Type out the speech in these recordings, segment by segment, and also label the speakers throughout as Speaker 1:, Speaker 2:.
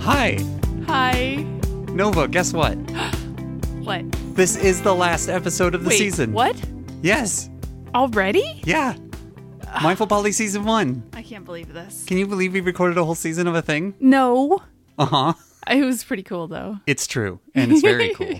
Speaker 1: Hi,
Speaker 2: Hi.
Speaker 1: Nova. Guess what?
Speaker 2: What?
Speaker 1: This is the last episode of the
Speaker 2: Wait,
Speaker 1: season.
Speaker 2: What?
Speaker 1: Yes.
Speaker 2: Already?
Speaker 1: Yeah. Mindful Polly season one.
Speaker 2: I can't believe this.
Speaker 1: Can you believe we recorded a whole season of a thing?
Speaker 2: No.
Speaker 1: Uh huh.
Speaker 2: It was pretty cool though.
Speaker 1: It's true, and it's very cool.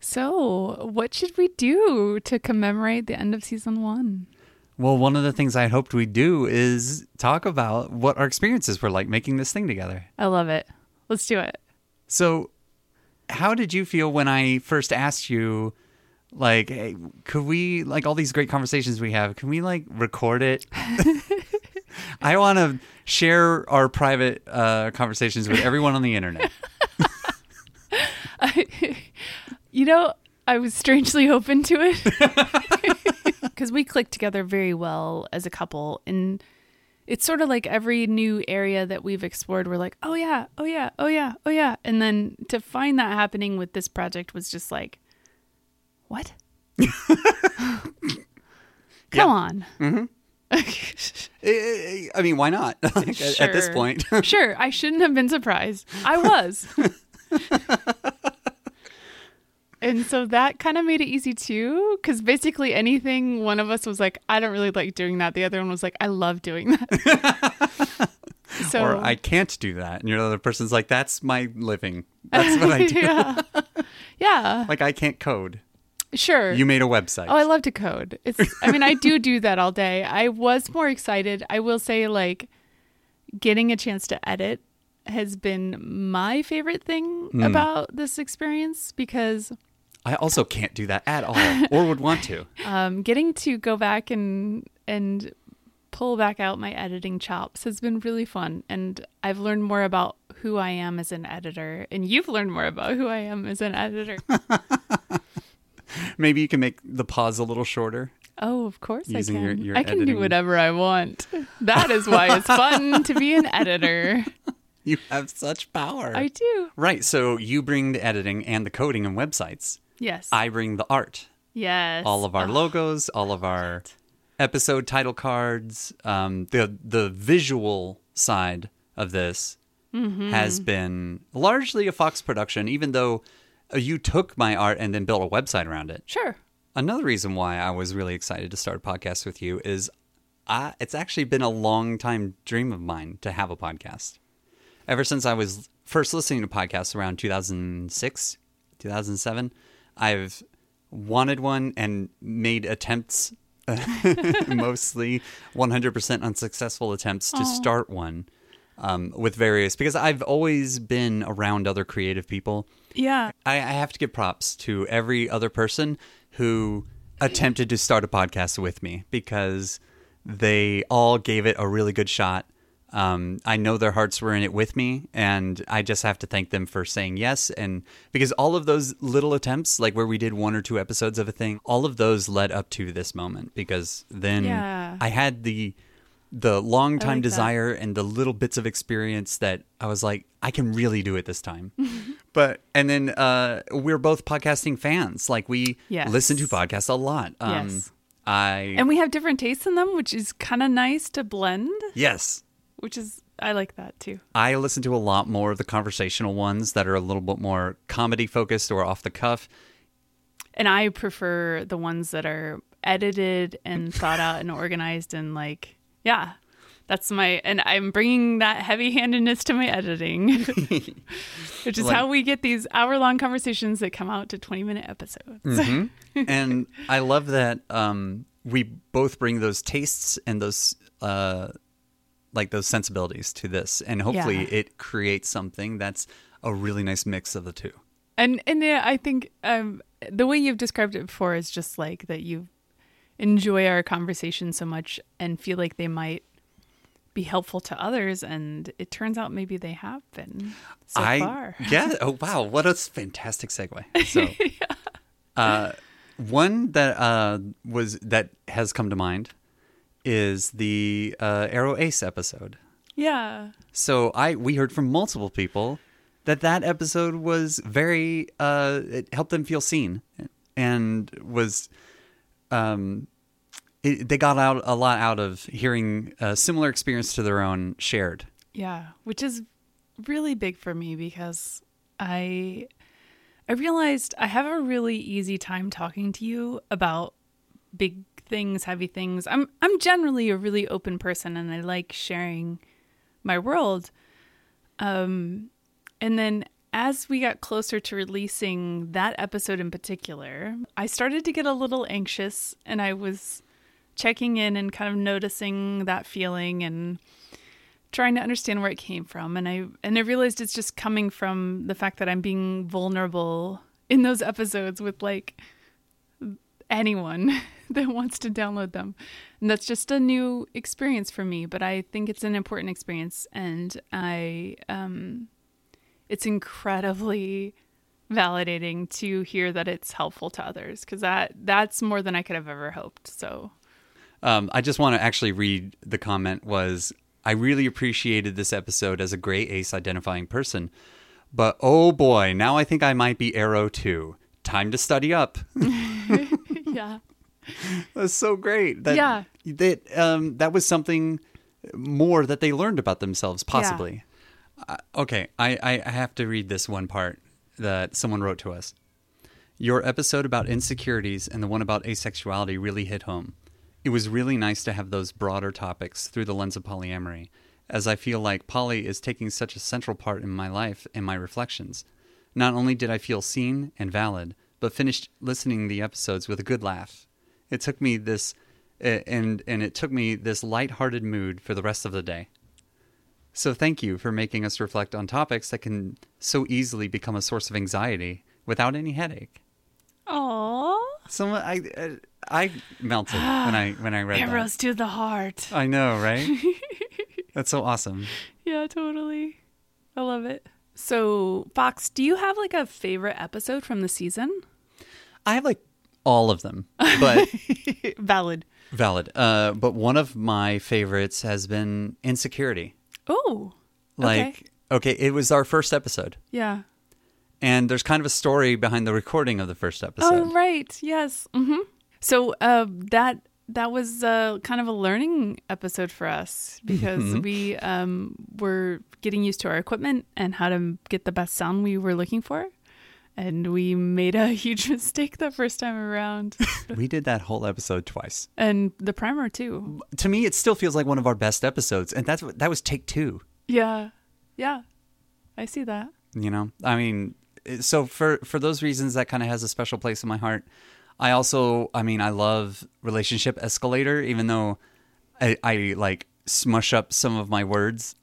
Speaker 2: So, what should we do to commemorate the end of season one?
Speaker 1: Well, one of the things I hoped we'd do is talk about what our experiences were like making this thing together.
Speaker 2: I love it. Let's do it.
Speaker 1: So, how did you feel when I first asked you, like, hey, could we, like, all these great conversations we have, can we, like, record it? I want to share our private uh, conversations with everyone on the internet.
Speaker 2: You know, I was strangely open to it because we clicked together very well as a couple, and it's sort of like every new area that we've explored, we're like, oh yeah, oh yeah, oh yeah, oh yeah, and then to find that happening with this project was just like, what? Come on.
Speaker 1: I I- I mean, why not? Like, at- At this
Speaker 2: Sure.
Speaker 1: point.
Speaker 2: sure, I shouldn't have been surprised. I was. and so that kind of made it easy too, because basically anything one of us was like, I don't really like doing that. The other one was like, I love doing that. so
Speaker 1: Or I can't do that. And your other person's like, that's my living. That's what I do.
Speaker 2: yeah, yeah,
Speaker 1: Like, I can't code.
Speaker 2: sure.
Speaker 1: You made a website.
Speaker 2: Oh, I love to code. It's I mean, I do do that all day. I was more excited. I will say like getting a chance to edit has been my favorite thing about this experience because
Speaker 1: I also can't do that at all or would want to.
Speaker 2: um, getting to go back and and pull back out my editing chops has been really fun and I've learned more about who I am as an editor and you've learned more about who I am as an editor.
Speaker 1: Maybe you can make the pause a little shorter.
Speaker 2: Oh, of course
Speaker 1: Using
Speaker 2: I
Speaker 1: your-
Speaker 2: can.
Speaker 1: your
Speaker 2: I can
Speaker 1: editing-
Speaker 2: do whatever I want. That is why it's fun to be an editor.
Speaker 1: You have such power.
Speaker 2: I do.
Speaker 1: right. So you bring the editing and the coding and websites.
Speaker 2: Yes.
Speaker 1: I bring the art,
Speaker 2: yes.
Speaker 1: all of our logos, all of our episode title cards. Um, the the visual side of this has been largely a Fox production, even though uh, you took my art and then built a website around it.
Speaker 2: Sure.
Speaker 1: Another reason why I was really excited to start a podcast with you is I, it's actually been a long time dream of mine to have a podcast. Ever since I was first listening to podcasts around 2006, 2007, I've wanted one and made attempts, mostly 100% unsuccessful attempts to start one um, with various, because I've always been around other creative people.
Speaker 2: Yeah.
Speaker 1: I, I have to give props to every other person who attempted to start a podcast with me because they all gave it a really good shot. Um, I know their hearts were in it with me, and I just have to thank them for saying yes. And because all of those little attempts, like where we did one or two episodes of a thing, all of those led up to this moment. Because then
Speaker 2: Yeah.
Speaker 1: I had the the long time
Speaker 2: like that.
Speaker 1: desire and the little bits of experience that I was like, I can really do it this time. but and then uh, we're both podcasting fans. Like we
Speaker 2: Yes.
Speaker 1: listen to podcasts a lot. Um,
Speaker 2: Yes.
Speaker 1: I
Speaker 2: And we have different tastes in them, which is kind of nice to blend,
Speaker 1: yes.
Speaker 2: which is I like that too.
Speaker 1: I listen to a lot more of the conversational ones that are a little bit more comedy focused or off the cuff.
Speaker 2: And I prefer the ones that are edited and thought out and organized and like yeah. That's my and I'm bringing that heavy-handedness to my editing. which is
Speaker 1: Like-
Speaker 2: how we get these hour-long conversations that come out to 20-minute episodes. Mm-hmm.
Speaker 1: and I love that um, we both bring those tastes and those uh, like those sensibilities to this, and hopefully
Speaker 2: Yeah.
Speaker 1: it creates something that's a really nice mix of the two.
Speaker 2: And and yeah, I think um, the way you've described it before is just like that you enjoy our conversation so much and feel like they might be helpful to others, and it turns out maybe they have been so
Speaker 1: I
Speaker 2: far.
Speaker 1: yeah. Oh wow, what a s- fantastic segue. So, uh, one that uh, was that has come to mind is the uh, Arrow Ace episode.
Speaker 2: Yeah,
Speaker 1: So I we heard from multiple people that that episode was very uh it helped them feel seen and was um it, they got out a lot out of hearing a similar experience to their own shared.
Speaker 2: yeah, which is really big for me because I I realized I have a really easy time talking to you about big things, heavy things. I'm I'm generally a really open person and I like sharing my world. Um and then as we got closer to releasing that episode in particular, I started to get a little anxious and I was checking in and kind of noticing that feeling and trying to understand where it came from and I and I realized it's just coming from the fact that I'm being vulnerable in those episodes with like anyone that wants to download them. And that's just a new experience for me, but I think it's an important experience and I um it's incredibly validating to hear that it's helpful to others cuz that that's more than I could have ever hoped. So
Speaker 1: Um, I just want to actually read the comment was I really appreciated this episode as a great ace identifying person. But oh boy, now I think I might be Arrow too. Time to study up.
Speaker 2: yeah.
Speaker 1: That's so great. That,
Speaker 2: Yeah.
Speaker 1: That um that was something more that they learned about themselves, possibly. Uh, okay, I, I I have to read this one part that someone wrote to us. Your episode about insecurities and the one about asexuality really hit home. It was really nice to have those broader topics through the lens of polyamory, as I feel like poly is taking such a central part in my life and my reflections. Not only did I feel seen and valid, but finished listening the episodes with a good laugh. It took me this a- and and it took me this light-hearted mood for the rest of the day. So thank you for making us reflect on topics that can so easily become a source of anxiety without any headache.
Speaker 2: Aww.
Speaker 1: Someone I I I melted when I when I read that.
Speaker 2: Arrows to the heart.
Speaker 1: I know, right? That's so awesome.
Speaker 2: Yeah, totally. I love it. So, Fox, do you have like a favorite episode from the season?
Speaker 1: I have like all of them, but
Speaker 2: Valid.
Speaker 1: valid. Uh, but one of my favorites has been insecurity.
Speaker 2: Oh.
Speaker 1: Like, okay. it was our first episode,
Speaker 2: Yeah.
Speaker 1: and there's kind of a story behind the recording of the first episode.
Speaker 2: Oh, right. Yes. hmm So, uh, that that was uh, kind of a learning episode for us because we um, were getting used to our equipment and how to get the best sound we were looking for. And we made a huge mistake the first time around,
Speaker 1: We did that whole episode twice.
Speaker 2: and the primer too.
Speaker 1: To me, it still feels like one of our best episodes, and that's that was take two.
Speaker 2: Yeah. Yeah. I see that.
Speaker 1: you know i mean it- so for for those reasons that kind of has a special place in my heart i also i mean i love relationship escalator even though i, I like smush up some of my words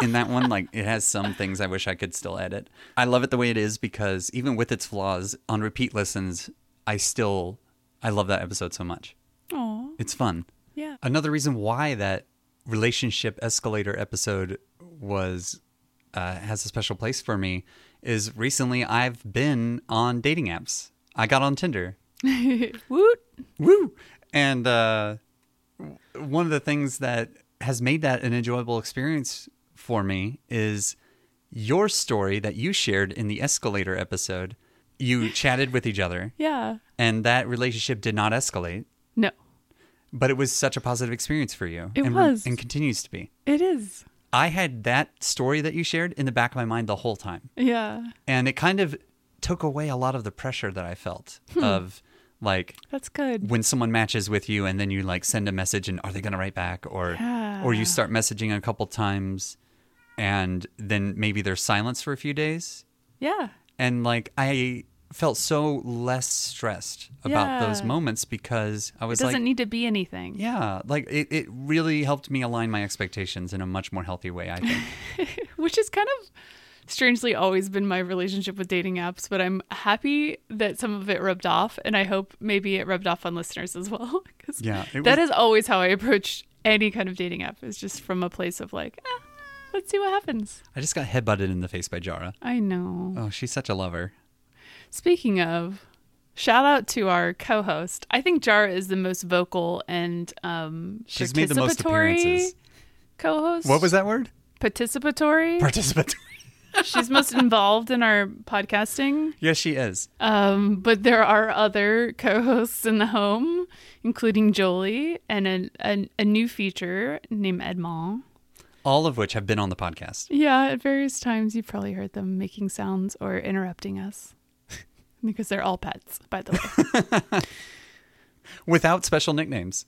Speaker 1: in that one like it has some things i wish i could still edit i love it the way it is because even with its flaws on repeat listens i still i love that episode so much
Speaker 2: Oh,
Speaker 1: it's fun
Speaker 2: yeah.
Speaker 1: Another reason why that relationship escalator episode was uh, has a special place for me is recently I've been on dating apps. I got on Tinder.
Speaker 2: Woot.
Speaker 1: Woo! And uh, w- one of the things that has made that an enjoyable experience for me is your story that you shared in the escalator episode. You chatted with each other,
Speaker 2: Yeah.
Speaker 1: and that relationship did not escalate
Speaker 2: No,
Speaker 1: but it was such a positive experience for you.
Speaker 2: It
Speaker 1: and,
Speaker 2: was.
Speaker 1: and continues to be.
Speaker 2: it is.
Speaker 1: I had that story that you shared in the back of my mind the whole time,
Speaker 2: Yeah.
Speaker 1: and it kind of took away a lot of the pressure that I felt
Speaker 2: Hmm.
Speaker 1: of like
Speaker 2: That's good.
Speaker 1: when someone matches with you and then you like send a message and are they going to write back or or you
Speaker 2: Yeah.
Speaker 1: start messaging a couple times and then maybe there's silence for a few days
Speaker 2: Yeah.
Speaker 1: and like I felt so less stressed about those
Speaker 2: Yeah.
Speaker 1: moments because I
Speaker 2: It
Speaker 1: was
Speaker 2: doesn't
Speaker 1: like
Speaker 2: need to be anything.
Speaker 1: yeah, like it, it really helped me align my expectations in a much more healthy way, I think.
Speaker 2: Which is kind of strangely always been my relationship with dating apps, but I'm happy that some of it rubbed off. And I hope maybe it rubbed off on listeners as well. 'cause
Speaker 1: Yeah, it
Speaker 2: that
Speaker 1: was-
Speaker 2: is always how I approach any kind of dating app, is just from a place of like, ah, let's see what happens.
Speaker 1: I just got headbutted in the face by Jara.
Speaker 2: I know.
Speaker 1: Oh, she's such a lover.
Speaker 2: Speaking of, shout out to our co-host. I think Jara is the most vocal and um,
Speaker 1: She's made the most
Speaker 2: participatory
Speaker 1: appearances.
Speaker 2: Co-host.
Speaker 1: What was that word?
Speaker 2: participatory?
Speaker 1: Participant.
Speaker 2: She's most involved in our podcasting.
Speaker 1: yes, she is.
Speaker 2: Um, but there are other co-hosts in the home, including Jolie and a, a, a new feature named Edmond.
Speaker 1: all of which have been on the podcast.
Speaker 2: Yeah, at various times you've probably heard them making sounds or interrupting us because they're all pets, by the way.
Speaker 1: Without special nicknames.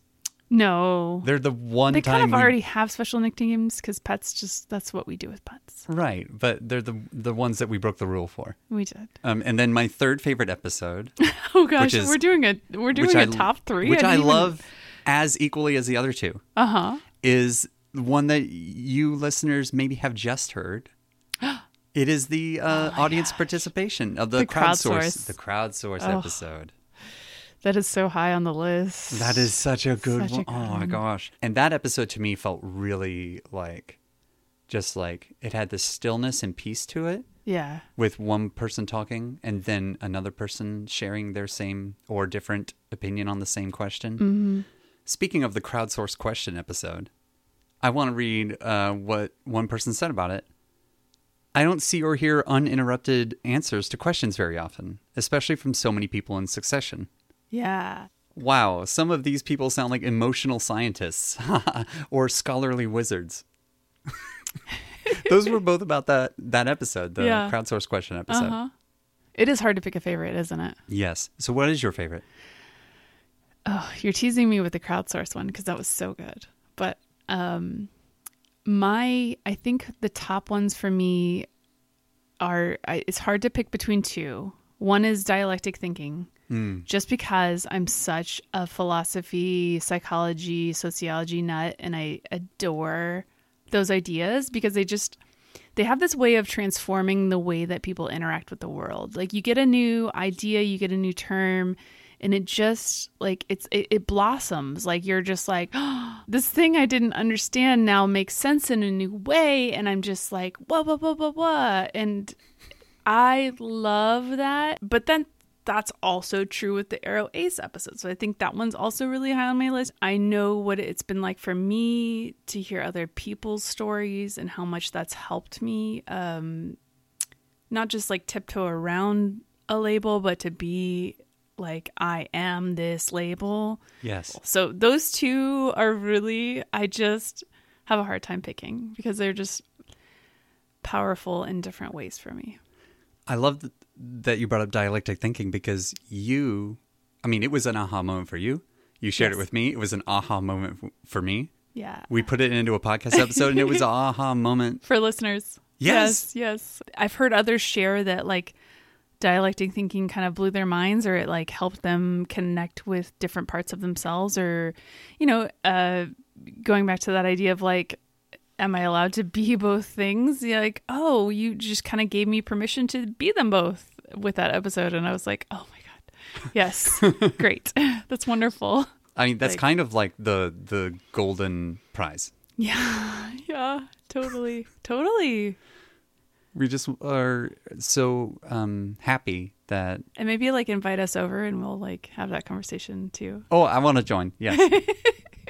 Speaker 2: No.
Speaker 1: They're the one
Speaker 2: They
Speaker 1: time
Speaker 2: kind of
Speaker 1: we-
Speaker 2: already have special nicknames because pets just, that's what we do with pets.
Speaker 1: Right, but they're the the ones that we broke the rule for.
Speaker 2: We did.
Speaker 1: Um, and then my third favorite episode,
Speaker 2: Oh gosh,
Speaker 1: is-
Speaker 2: we're doing a we're doing
Speaker 1: which
Speaker 2: a
Speaker 1: I
Speaker 2: top three,
Speaker 1: which I, love as equally as the other two,
Speaker 2: Uh huh.
Speaker 1: is one that you listeners maybe have just heard. It is the uh, audience participation of the,
Speaker 2: Oh The
Speaker 1: crowdsource,
Speaker 2: crowdsource.
Speaker 1: the crowdsource
Speaker 2: Oh.
Speaker 1: episode.
Speaker 2: That is so high on the list.
Speaker 1: That is such a good
Speaker 2: Such a
Speaker 1: one.
Speaker 2: good
Speaker 1: oh my gosh. And that episode to me felt really like just like it had this stillness and peace to it
Speaker 2: yeah.
Speaker 1: with one person talking and then another person sharing their same or different opinion on the same question.
Speaker 2: Mm-hmm.
Speaker 1: Speaking of the crowdsource question episode, I want to read uh, what one person said about it. I don't see or hear uninterrupted answers to questions very often, especially from so many people in succession.
Speaker 2: Yeah.
Speaker 1: Wow, some of these people sound like emotional scientists or scholarly wizards. Those were both about that that episode, the
Speaker 2: Yeah.
Speaker 1: crowdsource question episode.
Speaker 2: Uh huh. It is hard to pick a favorite, isn't it?
Speaker 1: Yes. So what is your favorite?
Speaker 2: Oh, you're teasing me with the crowdsource one because that was so good. But um, my I think the top ones for me are I, it's hard to pick between two. One is dialectic thinking, just because I'm such a philosophy, psychology, sociology nut, and I adore those ideas because they just they have this way of transforming the way that people interact with the world. Like you get a new idea, you get a new term, and it just like it's it, it blossoms. Like you're just like this thing I didn't understand now makes sense in a new way, and I'm just like whoa whoa whoa whoa whoa, and I love that. But then that's also true with the Arrow Ace episode. So I think that one's also really high on my list. I know what it's been like for me to hear other people's stories and how much that's helped me. Um, not just like tiptoe around a label, but to be like, I am this label.
Speaker 1: Yes.
Speaker 2: So those two are really I just have a hard time picking because they're just powerful in different ways for me.
Speaker 1: I love th- that you brought up dialectic thinking because you I mean it was an aha moment for you. You shared it
Speaker 2: Yes.
Speaker 1: with me. It was an aha moment f- for me.
Speaker 2: Yeah.
Speaker 1: We put it into a podcast episode and it was an aha moment.
Speaker 2: for listeners.
Speaker 1: Yes.
Speaker 2: yes, yes. I've heard others share that like dialectic thinking kind of blew their minds or it like helped them connect with different parts of themselves or you know, uh going back to that idea of like am I allowed to be both things? You're like, "Oh, you just kind of gave me permission to be them both." With that episode and I was like, "Oh my god. Yes. Great. That's wonderful."
Speaker 1: I mean that's
Speaker 2: Like-
Speaker 1: kind of like the the golden prize.
Speaker 2: Yeah. Yeah, totally. Totally.
Speaker 1: We just are so um happy that
Speaker 2: And maybe like invite us over and we'll like have that conversation too.
Speaker 1: Oh, I want to join. Yes.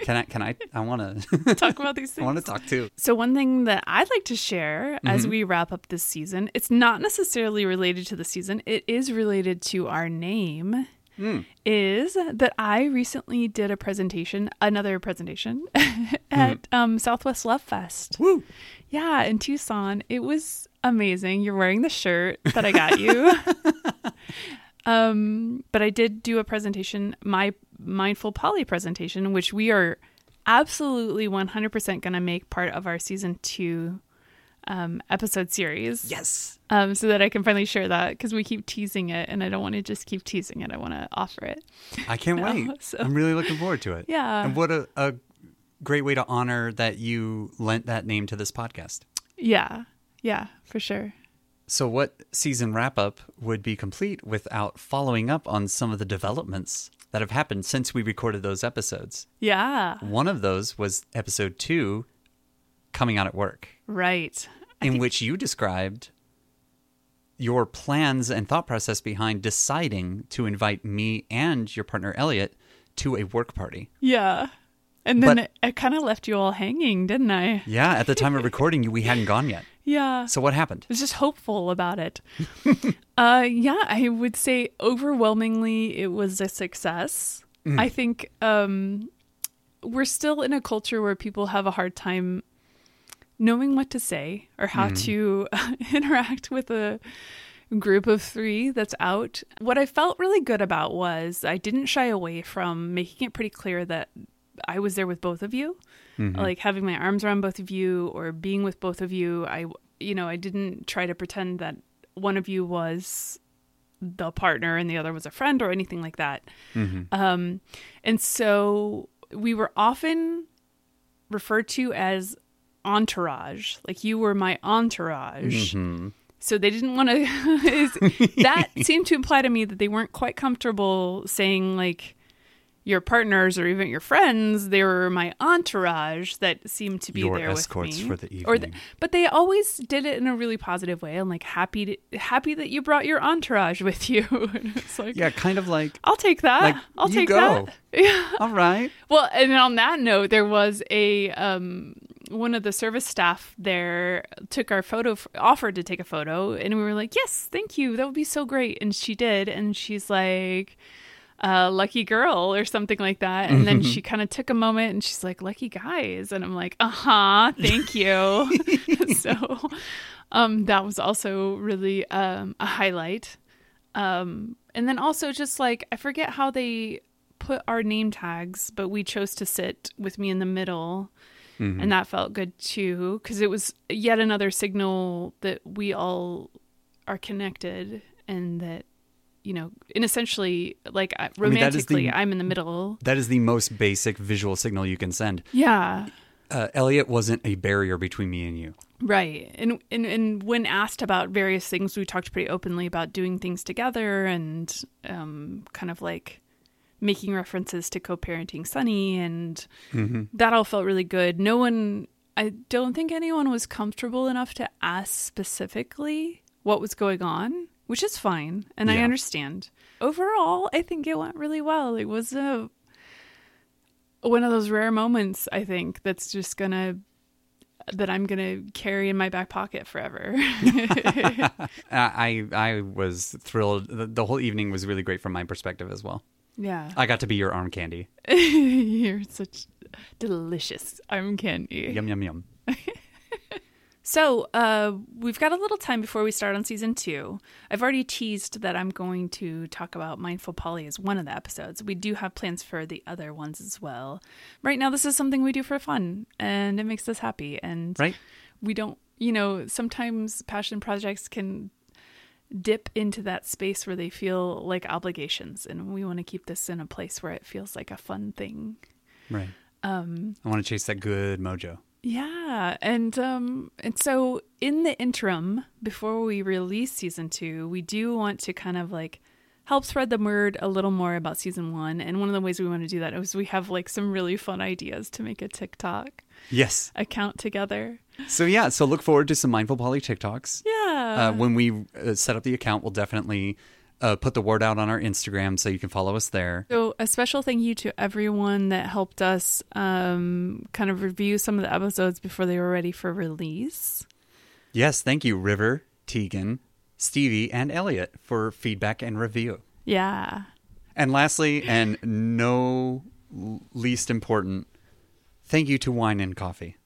Speaker 1: can I can I I want to
Speaker 2: Talk about these
Speaker 1: I want to
Speaker 2: things.
Speaker 1: talk too.
Speaker 2: So, one thing that I'd like to share as we wrap up this season, it's not necessarily related to the season, it is related to our name, is that I recently did a presentation, another presentation at um, Southwest Love Fest.
Speaker 1: Woo.
Speaker 2: Yeah, in Tucson. It was amazing. You're wearing the shirt that I got you. um, but I did do a presentation, my mindful poly presentation, which we are absolutely 100% going to make part of our season 2 um, episode series
Speaker 1: Yes.
Speaker 2: um, so that I can finally share that because we keep teasing it and I don't want to just keep teasing it. I want to offer it.
Speaker 1: I can't wait.
Speaker 2: so-
Speaker 1: I'm really looking forward to it.
Speaker 2: Yeah.
Speaker 1: And what a, a great way to honor that you lent that name to this podcast.
Speaker 2: Yeah. Yeah, for sure.
Speaker 1: So, what season wrap up would be complete without following up on some of the developments that have happened since we recorded those episodes?
Speaker 2: Yeah.
Speaker 1: One of those was episode two, Coming Out at Work,
Speaker 2: Right.
Speaker 1: in which you described your plans and thought process behind deciding to invite me and your partner, Elliot, to a work party.
Speaker 2: Yeah. And then
Speaker 1: But-
Speaker 2: I, kind of left you all hanging, didn't I?
Speaker 1: Yeah, at the time of recording, you we hadn't gone yet.
Speaker 2: Yeah.
Speaker 1: So what happened?
Speaker 2: I was just hopeful about it. uh, yeah, I would say overwhelmingly it was a success. I think um, we're still in a culture where people have a hard time knowing what to say or how to interact with a group of three that's out. What I felt really good about was I didn't shy away from making it pretty clear that I was there with both of you, like having my arms around both of you or being with both of you. I, you know, I didn't try to pretend that one of you was the partner and the other was a friend or anything like that.
Speaker 1: Mm-hmm.
Speaker 2: Um, and so we were often referred to as entourage. Like you were my entourage.
Speaker 1: Mm-hmm.
Speaker 2: So they didn't want to. that seemed to imply to me that they weren't quite comfortable saying like your partners or even your friends. They were my entourage that seemed to be
Speaker 1: Your
Speaker 2: there
Speaker 1: escorts
Speaker 2: with me.
Speaker 1: for the evening.
Speaker 2: but they always did it in a really positive way and like happy to, happy that you brought your entourage with you. and it's like
Speaker 1: Yeah, kind of like
Speaker 2: I'll take that.
Speaker 1: Like,
Speaker 2: I'll
Speaker 1: you
Speaker 2: take
Speaker 1: go.
Speaker 2: that. Yeah.
Speaker 1: all right.
Speaker 2: Well, and on that note, there was a um, one of the service staff there took our photo, f- offered to take a photo, and we were like, "Yes, thank you. That would be so great." And she did, and she's like, uh, "Lucky girl" or something like that. And then
Speaker 1: Mm-hmm.
Speaker 2: she kind of took a moment, and she's like, "Lucky guys," and I'm like, "Uh huh, thank you." so, um, that was also really um, a highlight. Um, and then also just like I forget how they put our name tags, but we chose to sit with me in the middle,
Speaker 1: Mm-hmm.
Speaker 2: and that felt good too because it was yet another signal that we all are connected and that you know, and essentially like I-
Speaker 1: mean, that is the-
Speaker 2: romantically, I am in the middle.
Speaker 1: That is the most basic visual signal you can send.
Speaker 2: Yeah.
Speaker 1: Uh, Elliot wasn't a barrier between me and you.
Speaker 2: Right. And, and and when asked about various things, we talked pretty openly about doing things together and um, kind of like making references to co-parenting Sunny and that all felt really good. No one I don't think anyone was comfortable enough to ask specifically what was going on, which is fine and I
Speaker 1: Yeah.
Speaker 2: understand. Overall, I think it went really well. It was a one of those rare moments, I think, that's just going to that I'm gonna carry in my back pocket forever.
Speaker 1: I I I was thrilled. The, the whole evening was really great from my perspective as well.
Speaker 2: yeah,
Speaker 1: I got to be your arm candy.
Speaker 2: you're such delicious arm candy.
Speaker 1: Yum yum yum.
Speaker 2: So uh, we've got a little time before we start on season two. I've already teased that I'm going to talk about mindful poly as one of the episodes. We do have plans for the other ones as well. Right now, this is something we do for fun, and it makes us happy. And
Speaker 1: Right?
Speaker 2: we don't you know sometimes passion projects can dip into that space where they feel like obligations and we want to keep this in a place where it feels like a fun thing
Speaker 1: Right. Um, I want to chase that good mojo.
Speaker 2: yeah and um and so in the interim before we release season two we do want to kind of like help spread the word a little more about season one and one of the ways we want to do that is we have like some really fun ideas to make a tiktok
Speaker 1: Yes.
Speaker 2: account together
Speaker 1: So yeah. So look forward to some mindful poly TikToks.
Speaker 2: yeah
Speaker 1: Uh, when we uh, set up the account, we'll definitely uh, put the word out on our Instagram so you can follow us there.
Speaker 2: So, a special thank you to everyone that helped us um, kind of review some of the episodes before they were ready for release.
Speaker 1: Yes, thank you, River, Tegan, Stevie, and Elliot for feedback and review.
Speaker 2: Yeah.
Speaker 1: And lastly, and no l- least important, thank you to Wine and Coffee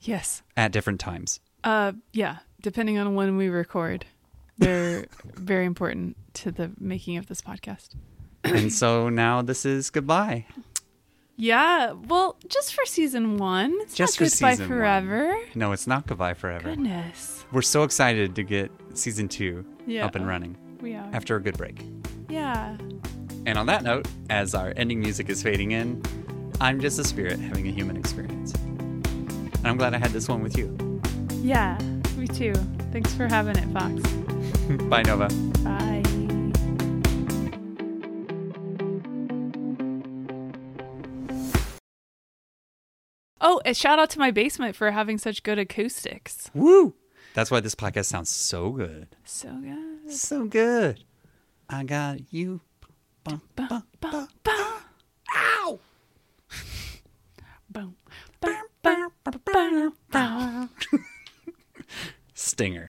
Speaker 2: Yes.
Speaker 1: at different times.
Speaker 2: Uh, yeah. Depending on when we record, they're very important to the making of this podcast.
Speaker 1: and so now this is goodbye.
Speaker 2: Yeah. Well, just for season one. It's
Speaker 1: Just
Speaker 2: not
Speaker 1: for
Speaker 2: goodbye
Speaker 1: season one.
Speaker 2: forever.
Speaker 1: No, it's not goodbye forever.
Speaker 2: Goodness.
Speaker 1: We're so excited to get season two
Speaker 2: Yeah.
Speaker 1: up and running
Speaker 2: We are.
Speaker 1: after a good break.
Speaker 2: yeah.
Speaker 1: And on that note, as our ending music is fading in, I'm just a spirit having a human experience. And I'm glad I had this one with you.
Speaker 2: Yeah. Me too. Thanks for having it, Fox.
Speaker 1: Bye, Nova.
Speaker 2: Bye. Oh, and shout out to my basement for having such good acoustics.
Speaker 1: Woo! That's why this podcast sounds so good.
Speaker 2: So good.
Speaker 1: So good. I got you. Bum,
Speaker 2: Bum,
Speaker 1: bum,
Speaker 2: bum,
Speaker 1: bum.
Speaker 2: bum,
Speaker 1: Ow!
Speaker 2: bum, bum, bum, bum, bum.
Speaker 1: Stinger.